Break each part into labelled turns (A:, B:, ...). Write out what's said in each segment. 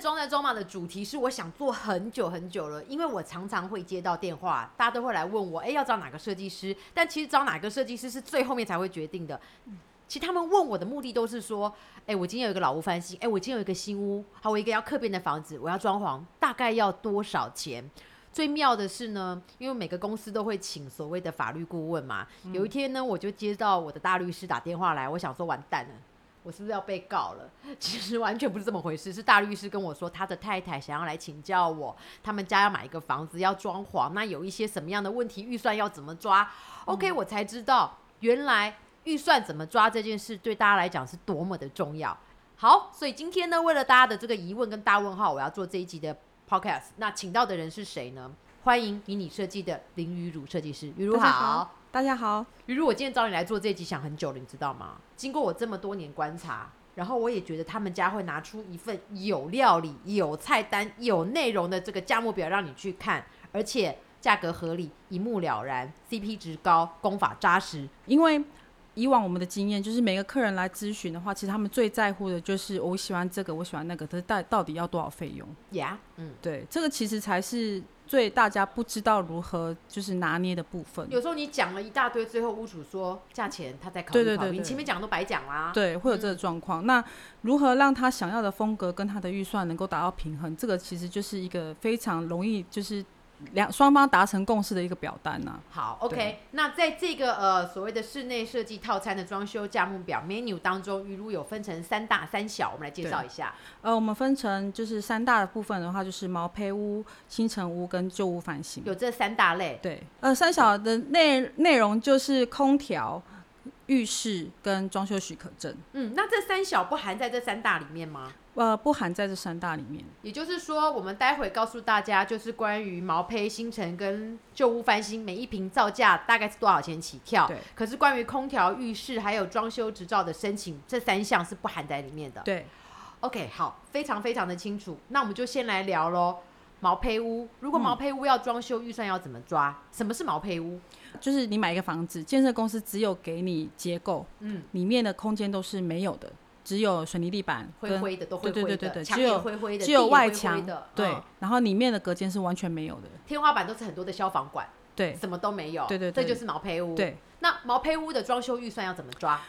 A: 中的中马的主题是我想做很久很久了，因为我常常会接到电话，大家都会来问我，哎、要找哪个设计师？但其实找哪个设计师是最后面才会决定的。其实他们问我的目的都是说，哎、我今天有一个老屋翻新，哎、我今天有一个新屋，好，我一个要客变的房子，我要装潢，大概要多少钱？最妙的是呢，因为每个公司都会请所谓的法律顾问嘛。有一天呢，我就接到我的大律师打电话来，我想说完蛋了，我是不是要被告了？其实完全不是这么回事，是大律师跟我说，他的太太想要来请教我，他们家要买一个房子，要装潢，那有一些什么样的问题，预算要怎么抓？OK，、我
B: 嗯
A: 才知道原来预算怎么抓这件事对大家来讲是多么的重要。好，所以今天呢，为了大家的这个疑问跟大问号，我要做这一集的 podcast。那请到的人是谁呢？欢迎以你设计的林雨茹设计师，雨茹
B: 大家
A: 好
B: 好。大家好，
A: 雨茹，我今天找你来做这一集想很久了，你知道吗？经过我这么多年观察，然后我也觉得他们家会拿出一份有料理、有菜单、有内容的这个价目表让你去看，而且价格合理，一目了然，CP 值高，功法扎实。
B: 因为以往我们的经验就是每个客人来咨询的话，其实他们最在乎的就是哦我喜欢这个，我喜欢那个，可是到到底要多少费用？
A: 呀、嗯，
B: 对，这个其实才是最大家不知道如何就是拿捏的部分。
A: 有时候你讲了一大堆，最后屋主说价钱他在考虑考虑，
B: 对对对对
A: 你前面讲的都白讲啦。
B: 对，会有这个状况。那如何让他想要的风格跟他的预算能够达到平衡？这个其实就是一个非常容易就是两双方达成共识的一个表单呐、
A: 好
B: 啊
A: ，OK
B: 对。
A: 那在这个呃所谓的室内设计套餐的装修价目表 menu 当中，雨露有分成三大三小，我们来介绍一下。
B: 呃，我们分成就是三大的部分的话，就是毛坯屋、新城屋跟旧屋翻新。
A: 有这三大类，
B: 对，呃，三小的内内容就是空调、浴室跟装修许可证，
A: 嗯，那这三小不含在这三大里面吗？
B: 呃，不含在这三大里面。
A: 也就是说，我们待会告诉大家，就是关于毛坯新城跟旧屋翻新，每一瓶造价大概是多少钱起跳
B: 对。
A: 可是关于空调、浴室还有装修执照的申请，这三项是不含在里面的。
B: 对，
A: OK，好，非常非常的清楚。那我们就先来聊喽。毛坯屋，如果毛坯屋要装修，预算要怎么抓？什么是毛坯屋？
B: 就是你买一个房子，建设公司只有给你结构，
A: 嗯，
B: 里面的空间都是没有的，只有水泥地板
A: 灰
B: 跟
A: 灰的都灰
B: 对对
A: 灰
B: 对对
A: 的，
B: 对
A: 墙
B: 只
A: 也
B: 有
A: 灰灰的，
B: 只有
A: 地也
B: 外
A: 灰灰
B: 墙
A: 的，
B: 对
A: 嗯，
B: 然后里面的隔间是完全没有的，
A: 天花板都是很多的消防管，
B: 对
A: 什么都没有。
B: 对对
A: 这
B: 对
A: 就是毛坯屋。，
B: 对。
A: 那毛坯屋的装修预算要怎么抓？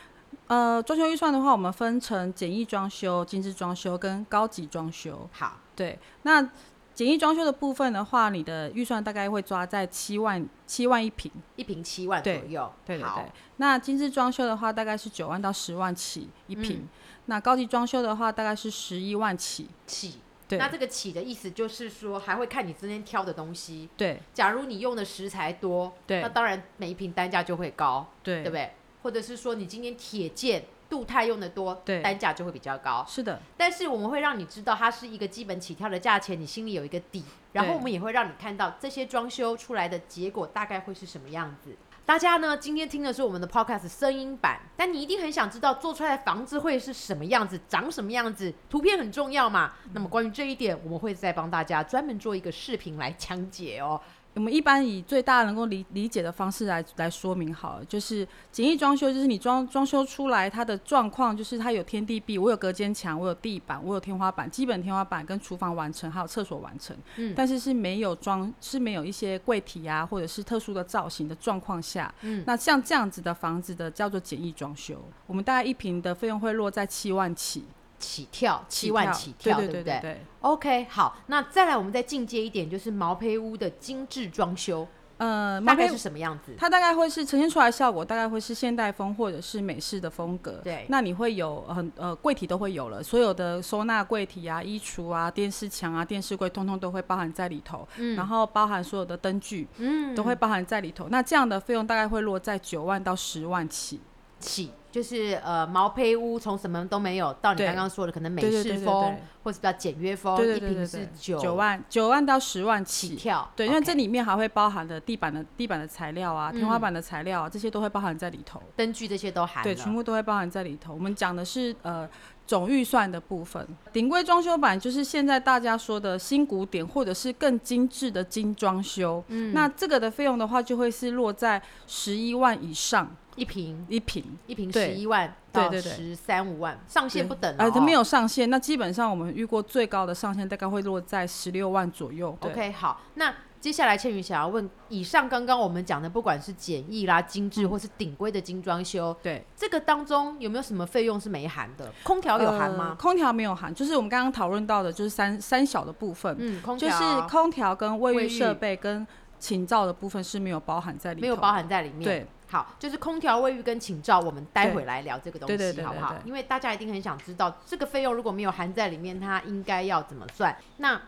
B: 呃，装修预算的话，我们分成简易装修、精致装修跟高级装修。
A: 好，
B: 对，那简易装修的部分的话，你的预算大概会抓在七万七万一平，
A: 一平七万左
B: 对
A: 右。
B: 对对
A: 好
B: 对。那精致装修的话，大概是九万到十万起一平。
A: 嗯
B: 那高级装修的话，大概是十一万起。
A: 起。
B: 对
A: 那这个起的意思就是说，还会看你今天挑的东西。
B: 对
A: 假如你用的食材多，
B: 对
A: 那当然每一瓶单价就会高。
B: 对
A: 对不对？或者是说你今天铁件镀钛用的多，
B: 对
A: 单价就会比较高。
B: 是的，
A: 但是我们会让你知道它是一个基本起跳的价钱，你心里有一个底。然后
B: 对
A: 我们也会让你看到这些装修出来的结果大概会是什么样子。大家呢，今天听的是我们的 podcast 声音版，但你一定很想知道做出来的房子会是什么样子，长什么样子，图片很重要嘛。
B: 嗯
A: 那么关于这一点，我们会再帮大家专门做一个视频来讲解哦。
B: 我们一般以最大能够理理解的方式来来说明好了，就是简易装修，就是你装装修出来它的状况，就是它有天地壁，我有隔间墙，我有地板，我有天花板，基本天花板跟厨房完成，还有厕所完成，
A: 嗯
B: 但是是没有装，是没有一些柜体啊，或者是特殊的造型的状况下，
A: 嗯
B: 那像这样子的房子的叫做简易装修，我们大概一平的费用会落在七万起，
A: 起跳七万起跳，
B: 对
A: 不
B: 对对对。
A: OK，好，那再来我们再进阶一点，就是毛坯屋的精致装修，
B: 呃，
A: 大
B: 毛
A: 概
B: 坯
A: 是什么样子？
B: 它大概会是呈现出来的效果，大概会是现代风或者是美式的风格。
A: 对
B: 那你会有呃很呃柜体都会有了，所有的收纳柜体啊、衣橱啊、电视墙啊、电视柜，通通都会包含在里头。
A: 嗯
B: 然后包含所有的灯具，
A: 嗯
B: 都会包含在里头。那这样的费用大概会落在九万到十万起。
A: 起就是呃毛坯屋，从什么都没有到你
B: 对
A: 刚刚说的可能美
B: 对对
A: 式
B: 对对
A: 风，
B: 对
A: 或是比较简约风，
B: 对对对
A: 一瓶
B: 对
A: 是
B: 对，
A: 九
B: 九万九万到十万
A: 起
B: 起。
A: 跳，
B: 对，因为
A: OK
B: 这里面还会包含的地板的地板的材料啊、天花
A: 嗯
B: 板的材料啊，这些都会包含在里头。
A: 灯具这些都含了，
B: 对，全部都会包含在里头。我们讲的是呃总预算的部分，顶规装修版就是现在大家说的新古典或者是更精致的精装修。嗯，那这个的费用的话，就会是落在十一万以上。
A: 一瓶
B: 一平，
A: 一瓶十
B: 对
A: 一万
B: 对
A: 到
B: 对对
A: 十三五万，上限
B: 对
A: 不等
B: 啊，
A: 哦。
B: 它没有上限。那基本上我们遇过最高的上限大概会落在十六万左右。对
A: OK，好，那接下来倩云想要问，以上刚刚我们讲的，不管是简易啦、精
B: 嗯
A: 致，或是顶规的精装修，
B: 对，
A: 这个当中有没有什么费用是没含的？空调有含
B: 呃
A: 吗？
B: 空调没有含，就是我们刚刚讨论到的，就是三三小的部分，
A: 嗯，空
B: 就
A: 调
B: 是空调跟卫
A: 卫
B: 浴
A: 浴
B: 设备跟寝罩的部分是没有包含在里头，
A: 没有包。含在里面。。
B: 对，
A: 好，就是空调、卫浴跟寝罩，我们待会来聊这个东
B: 对对对
A: 西，
B: 对
A: 好不好
B: 对？对
A: 因为大家一定很想知道这个费用如果没有含在里面，它应该要怎么算？那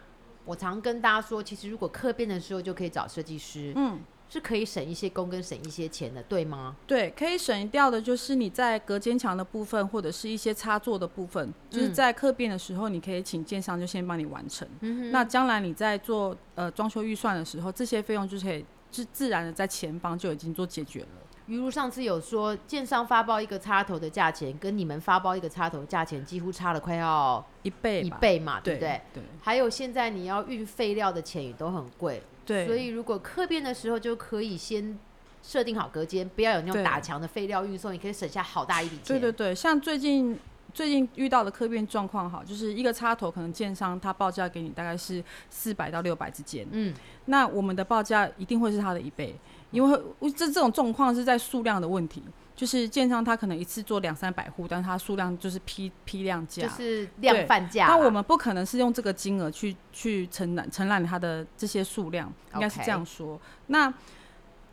A: 我常跟大家说，其实如果客变的时候就可以找设计师，
B: 嗯，
A: 是可以省一些工跟省一些钱的，对吗？
B: 对，可以省掉的就是你在隔间墙的部分，或者是一些插座的部分，就是
A: 嗯
B: 在客变的时候，你可以请建商就先帮你完成。
A: 嗯哼
B: 那将来你在做呃装修预算的时候，这些费用就可以自自然的在前方就已经做解决了。
A: 于如上次有说，建商发包一个插头的价钱，跟你们发包一个插头的价钱几乎差了快要
B: 一倍
A: 一
B: 吧，
A: 倍嘛，对
B: 对
A: 不对？
B: 对
A: 还有现在你要运废料的钱也都很贵，
B: 对，
A: 所以如果客变的时候就可以先设定好隔间，不要有那种
B: 对
A: 打墙的废料运送，你可以省下好大一笔钱。
B: 对对对，像最近最近遇到的客变状况哈，就是一个插头可能建商他报价给你大概是四百到六百之间，
A: 嗯，
B: 那我们的报价一定会是它的一倍，因为会这这种状况是在数量的问题，就是建商他可能一次做两三百户，但是他数量就是批批量价，
A: 就是量贩价啦。
B: 啊但我们不可能是用这个金额去去承揽承揽它的这些数量，应该是
A: OK
B: 这样说。那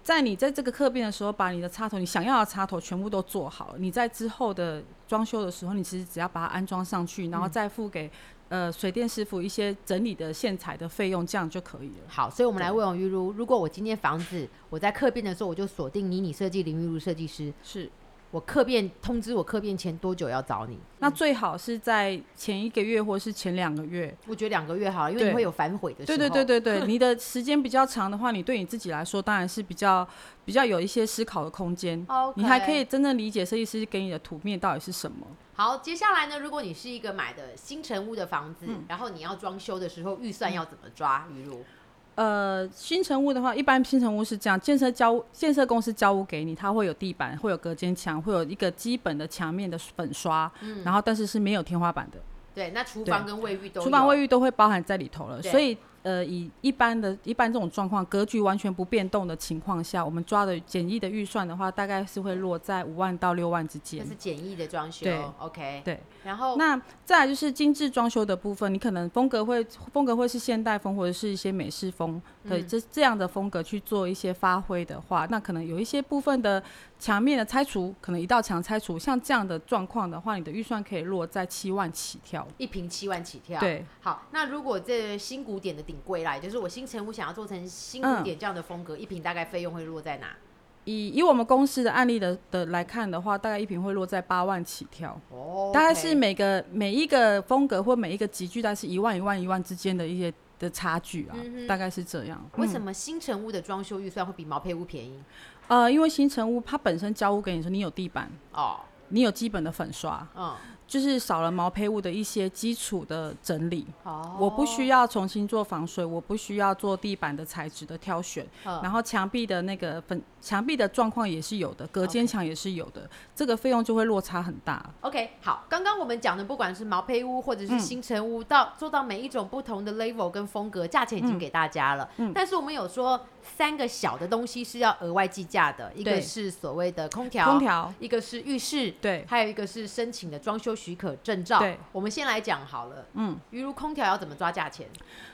B: 在你在这个客变的时候，把你的插头，你想要的插头全部都做好，你在之后的装修的时候，你其实只要把它安装上去，
A: 嗯
B: 然后再付给、呃水电师傅一些整理的线材的费用，这样就可以了。
A: 好，所以我们来问王于如，如果我今天房子我在客变的时候我就锁定你，你设计林于如设计师，
B: 是，
A: 我客变通知我客变前多久要找你？
B: 那最好是在前一个月或是前两个月。
A: 我觉得两个月好了，因为
B: 对
A: 你会有反悔的时
B: 对
A: 候。
B: 对对对对，你的时间比较长的话，你对你自己来说当然是比较比较有一些思考的空间。
A: OK
B: 你还可以真正理解设计师给你的图面到底是什么。
A: 好，接下来呢？如果你是一个买的新成屋的房子，
B: 嗯
A: 然后你要装修的时候，预算要怎么抓？雨如，
B: 呃，新成屋的话，一般新成屋是这样，建设交建设公司交屋给你，它会有地板，会有隔间墙，会有一个基本的墙面的粉刷，然后但是是没有天花板的，
A: 对，那厨房跟卫浴都有
B: 厨房、卫浴嗯都会包含在里头了。
A: 对
B: 所以，呃，以一般的一般这种状况，格局完全不变动的情况下，我们抓的简易的预算的话，大概是会落在五万到六万之
A: 这
B: 间
A: 是。简易的装修
B: 对
A: ，OK。
B: 对，
A: 然后
B: 那再来就是精致装修的部分，你可能风格会风格会是现代风或者是一些美式风的、这这样的风格去做一些发挥的话，那可能有一些部分的墙面的拆除，可能一道墙拆除，像这样的状况的话，你的预算可以落在七万起跳。
A: 一平七万起跳，。
B: 对，
A: 好，那如果这新古典的顶柜啦，也就是我新成屋想要做成新
B: 嗯
A: 古典这样的风格，一平大概费用会落在哪？
B: 以以我们公司的案例的的来看的话，大概一平会落在八万起跳。
A: 哦
B: 大概是嗯每个每一个风格或每一个集聚，大概是一万一万一万之间的一些的差距啊，大概是这样。
A: 为什么新成屋的装修预算会比毛坯屋便宜？
B: 呃，因为新成屋它本身交屋给你说，你有地板，
A: 哦，
B: 你有基本的粉刷，
A: 嗯，
B: 就是少了毛坯屋的一些基础的整理。
A: 哦，
B: 我不需要重新做防水，我不需要做地板的材质的挑选，
A: 嗯
B: 然后墙壁的那个粉墙壁的状况也是有的，隔间墙也是有的，这个费用就会落差很大。
A: OK，好，刚刚我们讲的，不管是毛坯屋或者
B: 嗯
A: 是新城屋，到做到每一种不同的 level 跟风格，价钱已经给大家了。
B: 嗯
A: 但是我们有说三个小的东西是要额外计价的，一个
B: 对
A: 是所谓的空调，
B: 空调
A: 一个是浴室，
B: 对
A: 还有一个是申请的装修许可证照。
B: 对，
A: 我们先来讲好了。嗯，比如空调要怎么抓价钱？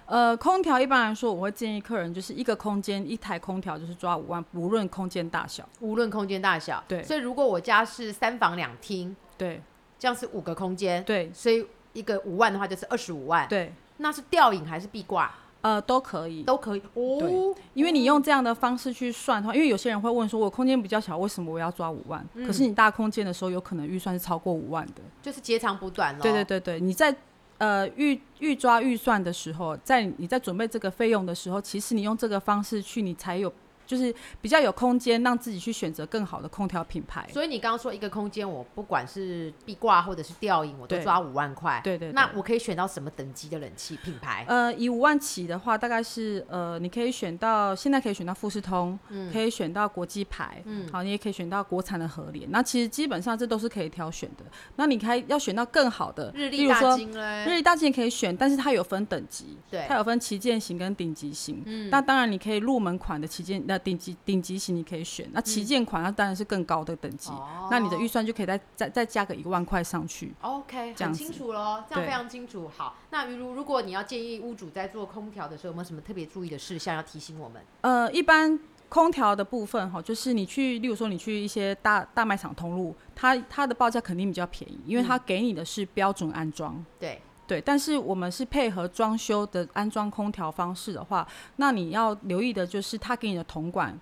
B: 呃，空调一般来说，我会建议客人就是一个空间一台空调就是抓五万，无论空间大小。
A: 无论空间大小，
B: 对
A: 所以如果我家是三房两厅，
B: 对
A: 这样是五个空间，
B: 对
A: 所以一个五万的话就是二十五万。，
B: 对，
A: 那是吊影还是壁挂
B: 呃，都可以。
A: 都可以哦
B: 对。因为你用这样的方式去算的话，因为有些人会问说，我空间比较小，为什么我要抓五万？
A: 嗯
B: 可是你大空间的时候，有可能预算是超过五万的。
A: 就是截长补短了。
B: 对对对对，你在呃预预抓预算的时候，在你在准备这个费用的时候，其实你用这个方式去，你才有就是比较有空间让自己去选择更好的空调品牌。
A: 所以你刚刚说一个空间，我不管是壁挂或者是吊影，我都
B: 对
A: 抓五万块。
B: 对对对
A: 那我可以选到什么等级的冷气品牌？
B: 呃，以五万起的话，大概是呃，你可以选到现在可以选到富士通，
A: 嗯
B: 可以选到国际牌，
A: 嗯
B: 好，你也可以选到国产的和联。那其实基本上这都是可以挑选的。那你还要选到更好的，
A: 日
B: 例
A: 立
B: 如
A: 大
B: 说
A: 金嘞，
B: 日立大件可以选，但是它有分等级，
A: 对
B: 它有分旗舰型跟顶级型。
A: 嗯
B: 那当然，你可以入门款的旗舰，那顶级顶级型你可以选，那旗舰款那当然是更高的等级，
A: 嗯哦
B: 那你的预算就可以再再再加个一万块上去。
A: OK
B: 这
A: 很
B: 样
A: 清
B: 子
A: 楚喽，这样
B: 对
A: 非常清楚。好，那于如如果你要建议屋主在做空调的时候，有没有什么特别注意的事项要提醒我们？
B: 呃，一般空调的部分哈，就是你去，例如说你去一些大大卖场通路，它它的报价肯定比较便宜，因为它
A: 嗯
B: 给你的是标准安装。
A: 对，
B: 对，但是我们是配合装修的安装空调方式的话，那你要留意的就是它给你的铜管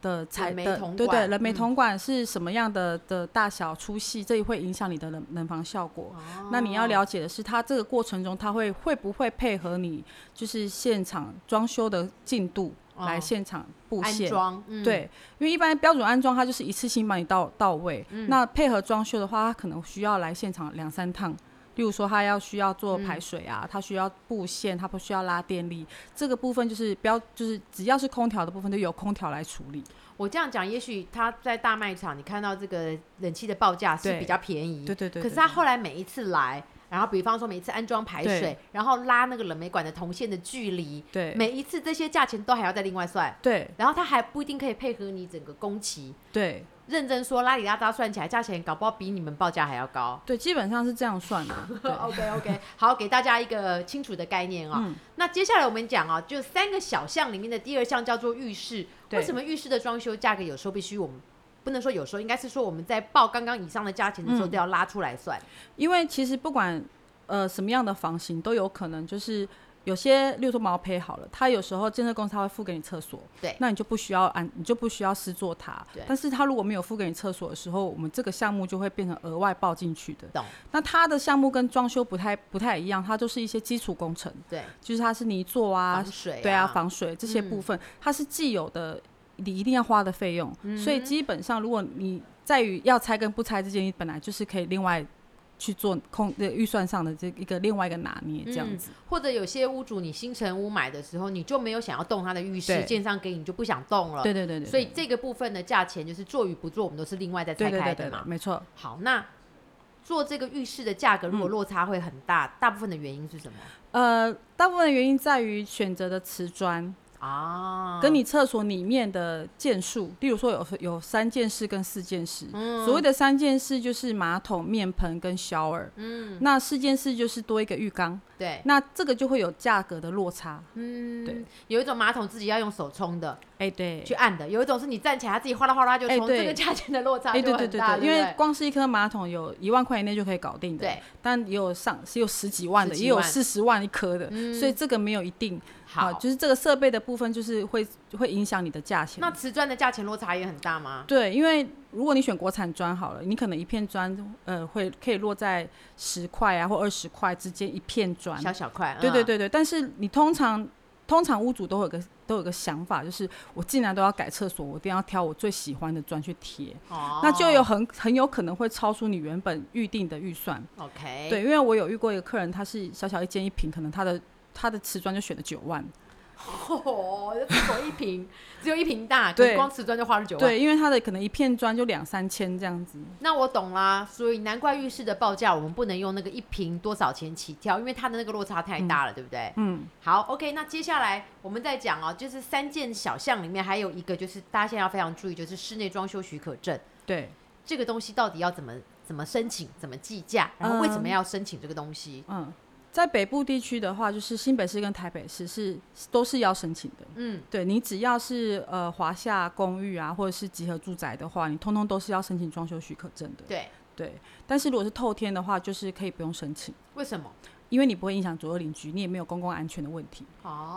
B: 的材
A: 人媒
B: 的
A: 铜
B: 对对，
A: 管
B: 人媒
A: 嗯
B: 铜管是什么样的的大小粗细，这也会影响你的冷冷房效果。那
A: 哦
B: 你要了解的是，它这个过程中，它会会不会配合你就是现场装修的进度来
A: 哦
B: 现场布
A: 安
B: 线。
A: 装，嗯，
B: 对，因为一般标准安装它就是一次性帮你到到位，
A: 嗯
B: 那配合装修的话，它可能需要来现场两三趟。例如说，它要需要做
A: 嗯
B: 排水啊，它需要布线，它不需要拉电力，这个部分就是标，就是只要是空调的部分都由空调来处理。
A: 我这样讲，也许他在大卖场你看到这个冷气的报价是
B: 对
A: 比较便宜，
B: 对对
A: 嗯
B: 对
A: 可是他后来每一次来，然后比方说每一次安装排水
B: 对，
A: 然后拉那个冷媒管的铜线的距离，
B: 对
A: 每一次这些价钱都还要再另外算，
B: 对
A: 然后他还不一定可以配合你整个工期。
B: 对
A: 认真说，拉里拉扎算起来，价钱搞不好比你们报价还要高。
B: 对，基本上是这样算的。对嗯
A: OK OK，好， 给大家一个清楚的概念啊、那接下来我们讲啊，就三个小项里面的第二项叫做浴室。
B: 对
A: 为什么浴室的装修价格有时候必须我们不能说有时候，应该是说我们在报刚刚以上的价钱的时候
B: 嗯
A: 都要拉出来算。
B: 因为其实不管呃什么样的房型，都有可能就是有些，例如说毛坯好了，它有时候建设公司它会付给你厕所，
A: 对
B: 那你就不需要安，你就不需要施作它
A: 对。
B: 但是它如果没有付给你厕所的时候，我们这个项目就会变成额外报进去的。
A: 懂？
B: 那它的项目跟装修不太不太一样，它就是一些基础工程，
A: 对，
B: 就是它是泥做啊
A: 防，水、
B: 对啊，防水这些部
A: 嗯
B: 分，它是既有的你一定要花的费用，
A: 嗯
B: 所以基本上如果你在于要拆跟不拆之间，你本来就是可以另外去做空的预算上的这一个另外一个拿捏这样子。
A: 或者有些屋主你新城屋买的时候，你就没有想要动它的浴室，
B: 对
A: 建商给你就不想动了。
B: 对对对对，
A: 所以这个部分的价钱就是做与不做，我们都是另外再拆
B: 对对
A: 开
B: 对
A: 的
B: 对
A: 嘛
B: 对，。没错。
A: 好，那做这个浴室的价格如
B: 嗯
A: 果落差会很大，大部分的原因是什么
B: 呃，大部分的原因在于选择的瓷砖
A: 啊？
B: 跟你厕所里面的件数，例如说有有三件事跟四件事。
A: 嗯
B: 所谓的三件事就是马桶、面盆跟 shower，
A: 嗯，
B: 那四件事就是多一个浴缸，
A: 对，
B: 那这个就会有价格的落差。
A: 嗯，
B: 对，
A: 有一种马桶自己要用手冲的
B: 哎、对
A: 去，按的，有一种是你站起来它自己哗啦哗啦就
B: 哎
A: 冲，
B: 对
A: 这个价钱的落差
B: 哎、
A: 就
B: 对
A: 很大，
B: 对对
A: 对不
B: 因为
A: 对
B: 光是一颗马桶有一万块以内就可以搞定的，
A: 对，
B: 但也有上也有十几万的，
A: 十几
B: 也有
A: 万
B: 四十万一颗的，
A: 嗯
B: 所以这个没有一定。
A: 好，
B: 啊就是这个设备的部分，就是会会影响你的价钱。
A: 那瓷砖的价钱落差也很大吗？
B: 对，因为如果你选国产砖好了，你可能一片砖，呃，会可以落在十块啊或二十块之间一片砖，
A: 小小块，
B: 啊对对
A: 嗯，
B: 对对，但是你通常通常屋主都会有个都有个想法，就是我既然都要改厕所，我一定要挑我最喜欢的砖去贴，
A: 哦，
B: 那就有很很有可能会超出你原本预定的预算。
A: OK，，
B: 对，因为我有遇过一个客人，他是小小一间一平，可能他的他的瓷砖就选了九万，
A: 哦，这厕所一瓶只有一瓶 大，可
B: 对
A: 是光瓷砖就花了九万，
B: 对，因为他的可能一片砖就两三千这样子。
A: 那我懂啦，所以难怪浴室的报价我们不能用那个一瓶多少钱起跳，因为它的那个落差太大了，对不对？
B: 嗯，
A: 好，OK，那接下来我们再讲哦，就是三件小项里面还有一个就是大家现在要非常注意，就是室内装修许可证
B: 对，
A: 这个东西到底要怎么怎么申请，怎么计价，然后为什么要申请这个东西？
B: 嗯，在北部地区的话，就是新北市跟台北市是都是要申请的。
A: 嗯，
B: 对你只要是呃华夏公寓啊，或者是集合住宅的话，你通通都是要申请装修许可证的。
A: 对，
B: 对，但是如果是透天的话，就是可以不用申请，
A: 为什么？
B: 因为你不会影响左右邻居，你也没有公共安全的问题。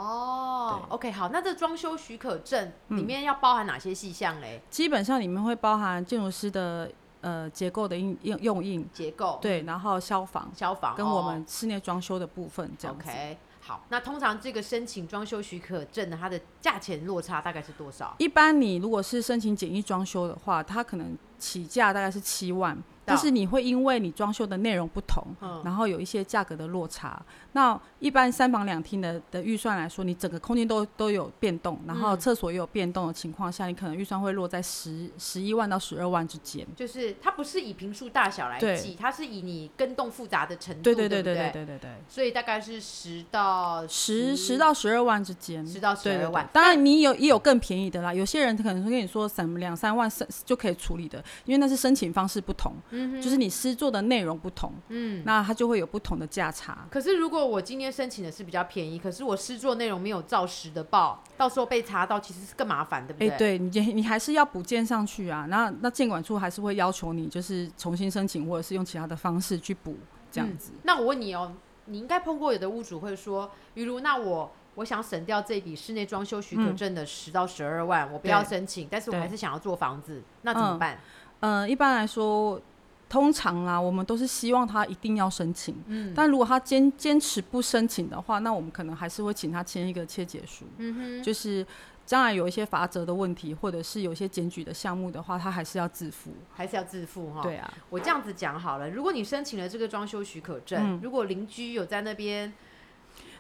A: 哦，OK，好，那这装修许可证
B: 嗯
A: 里面要包含哪些细项嘞？
B: 基本上里面会包含建筑师的呃结构的应用用印，
A: 结构、
B: 对，然后消防
A: 消防
B: 跟我
A: 哦
B: 们室内装修的部分这样子。
A: OK，好，那通常这个申请装修许可证呢，它的价钱落差大概是多少？
B: 一般你如果是申请简易装修的话，它可能起价大概是七万，但是你会因为你装修的内容不同，
A: 嗯
B: 然后有一些价格的落差。那一般三房两厅的的预算来说，你整个空间都都有变动，然后
A: 嗯
B: 厕所也有变动的情况下，你可能预算会落在十十一万到十二万之间。
A: 就是它不是以平数大小来
B: 对
A: 计，它是以你跟动复杂的程度，
B: 对
A: 对
B: 对对
A: 不
B: 对对对对对，
A: 所以大概是十到
B: 十十到十二万之间。
A: 十到十
B: 对对
A: 二
B: 对
A: 万。
B: 当然你有也有更便宜的啦。有些人可能会跟你说三两三万三就可以处理的，因为那是申请方式不同，
A: 嗯
B: 就是你施作的内容不同，嗯，那它就会有不同的价差。
A: 可是如果我今天申请的是比较便宜，可是我施作内容没有照实的报，到时候被查到其实是更麻烦，对不
B: 哎、
A: 对？
B: 对你 这你还是要补件上去啊，那那监管处还是会要求你就是重新申请，或者是用其他的方式去补这样子。
A: 那我问你哦，你应该碰过有的屋主会说，于如，那我我想省掉这笔室内装修许可证的十到十二万，我不要申请，但是我
B: 嗯对
A: 还是想要做房子，那怎么
B: 嗯
A: 办？
B: 嗯、一般来说，通常啦，我们都是希望他一定要申请。嗯，但如果他坚坚持不申请的话，那我们可能还是会请他签一个切结书。嗯哼，就是将来有一些罚则的问题，或者是有一些检举的项目的话，他还是要自负。
A: 还是要自付哈？
B: 对 啊，
A: 我这样子讲好了，如果你申请了这个装修许可证，
B: 嗯
A: 如果邻居有在那边，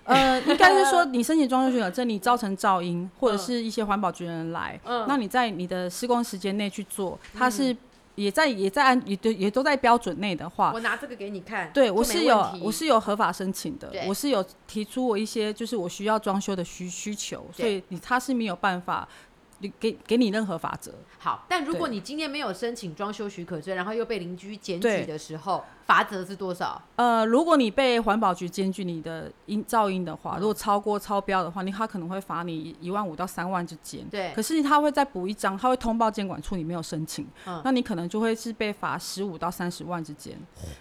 B: 呃，应该是 说你申请装修许可证，你造成噪音，或者是一些环保局的人来，
A: 嗯
B: 那你在你的施工时间内去做，它是也在也在按也对也都在标准内的话，
A: 我拿这个给你看，
B: 对
A: 这
B: 我
A: 没
B: 是
A: 问
B: 有
A: 题
B: 我是有合法申请的
A: 对，
B: 我是有提出我一些就是我需要装修的需需求，
A: 对
B: 所以你他是没有办法你给给你任何法则。
A: 好，但如果
B: 对
A: 你今天没有申请装修许可证，然后又被邻居检举
B: 对
A: 的时候，罚则是多少？
B: 呃，如果你被环保局检举你的音噪音的
A: 嗯
B: 话，如果超过超标的话，你他可能会罚你一万五到三万之间。
A: 对
B: 可是他会再补一张，他会通报监管处你没有申请，
A: 嗯
B: 那你可能就会是被罚十五到三十万之间。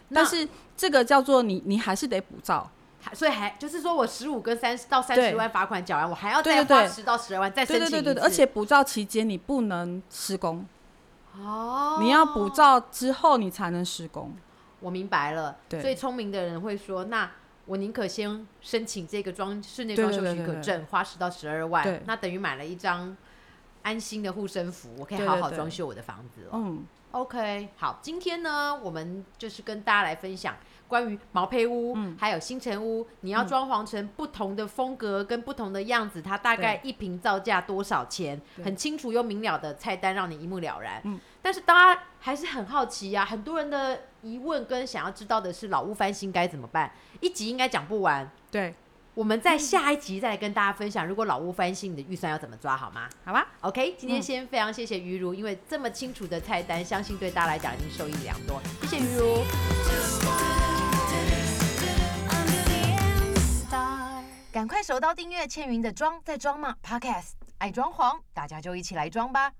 A: 那
B: 但是这个叫做你你还是得补照，
A: 还所以还就是说我十五跟三十到三
B: 对
A: 十万罚款缴完，我还要
B: 对
A: 再
B: 对对
A: 花十到十二万再申
B: 对
A: 请
B: 对
A: 一
B: 对对对，
A: 次
B: 而且补照期间你不能施工。
A: 哦，
B: 你要补照之后，你才能施工。
A: 我明白了。
B: 对
A: 所以聪明的人会说，那我宁可先申请这个装室内装修
B: 对对
A: 许
B: 对
A: 可
B: 对
A: 证，花十到十二万
B: 对，
A: 那等于买了一张安心的护身符，我可以
B: 对对
A: 好好
B: 对
A: 装修我的房子哦。
B: 嗯，
A: OK，好，今天呢，我们就是跟大家来分享关于毛坯屋、
B: 嗯
A: 还有新城屋，你要装潢成不同的风格跟不同的样子，它大概一平造价多少钱，
B: 对
A: 很清楚又明了的菜单，让你一目了然。
B: 嗯
A: 但是大家还是很好奇呀、很多人的疑问跟想要知道的是，老屋翻新该怎么办？一集应该讲不完，
B: 对，
A: 我们在下一集再来跟大家分享，如果老屋翻新，你的预算要怎么抓，好吗？
B: 好吧，
A: OK，今天先非常谢谢于如，因为这么清楚的菜单，相信对大家来讲已经受益良多。谢谢于如。赶快手刀订阅倩云的装在装嘛 Podcast，爱装潢，大家就一起来装吧。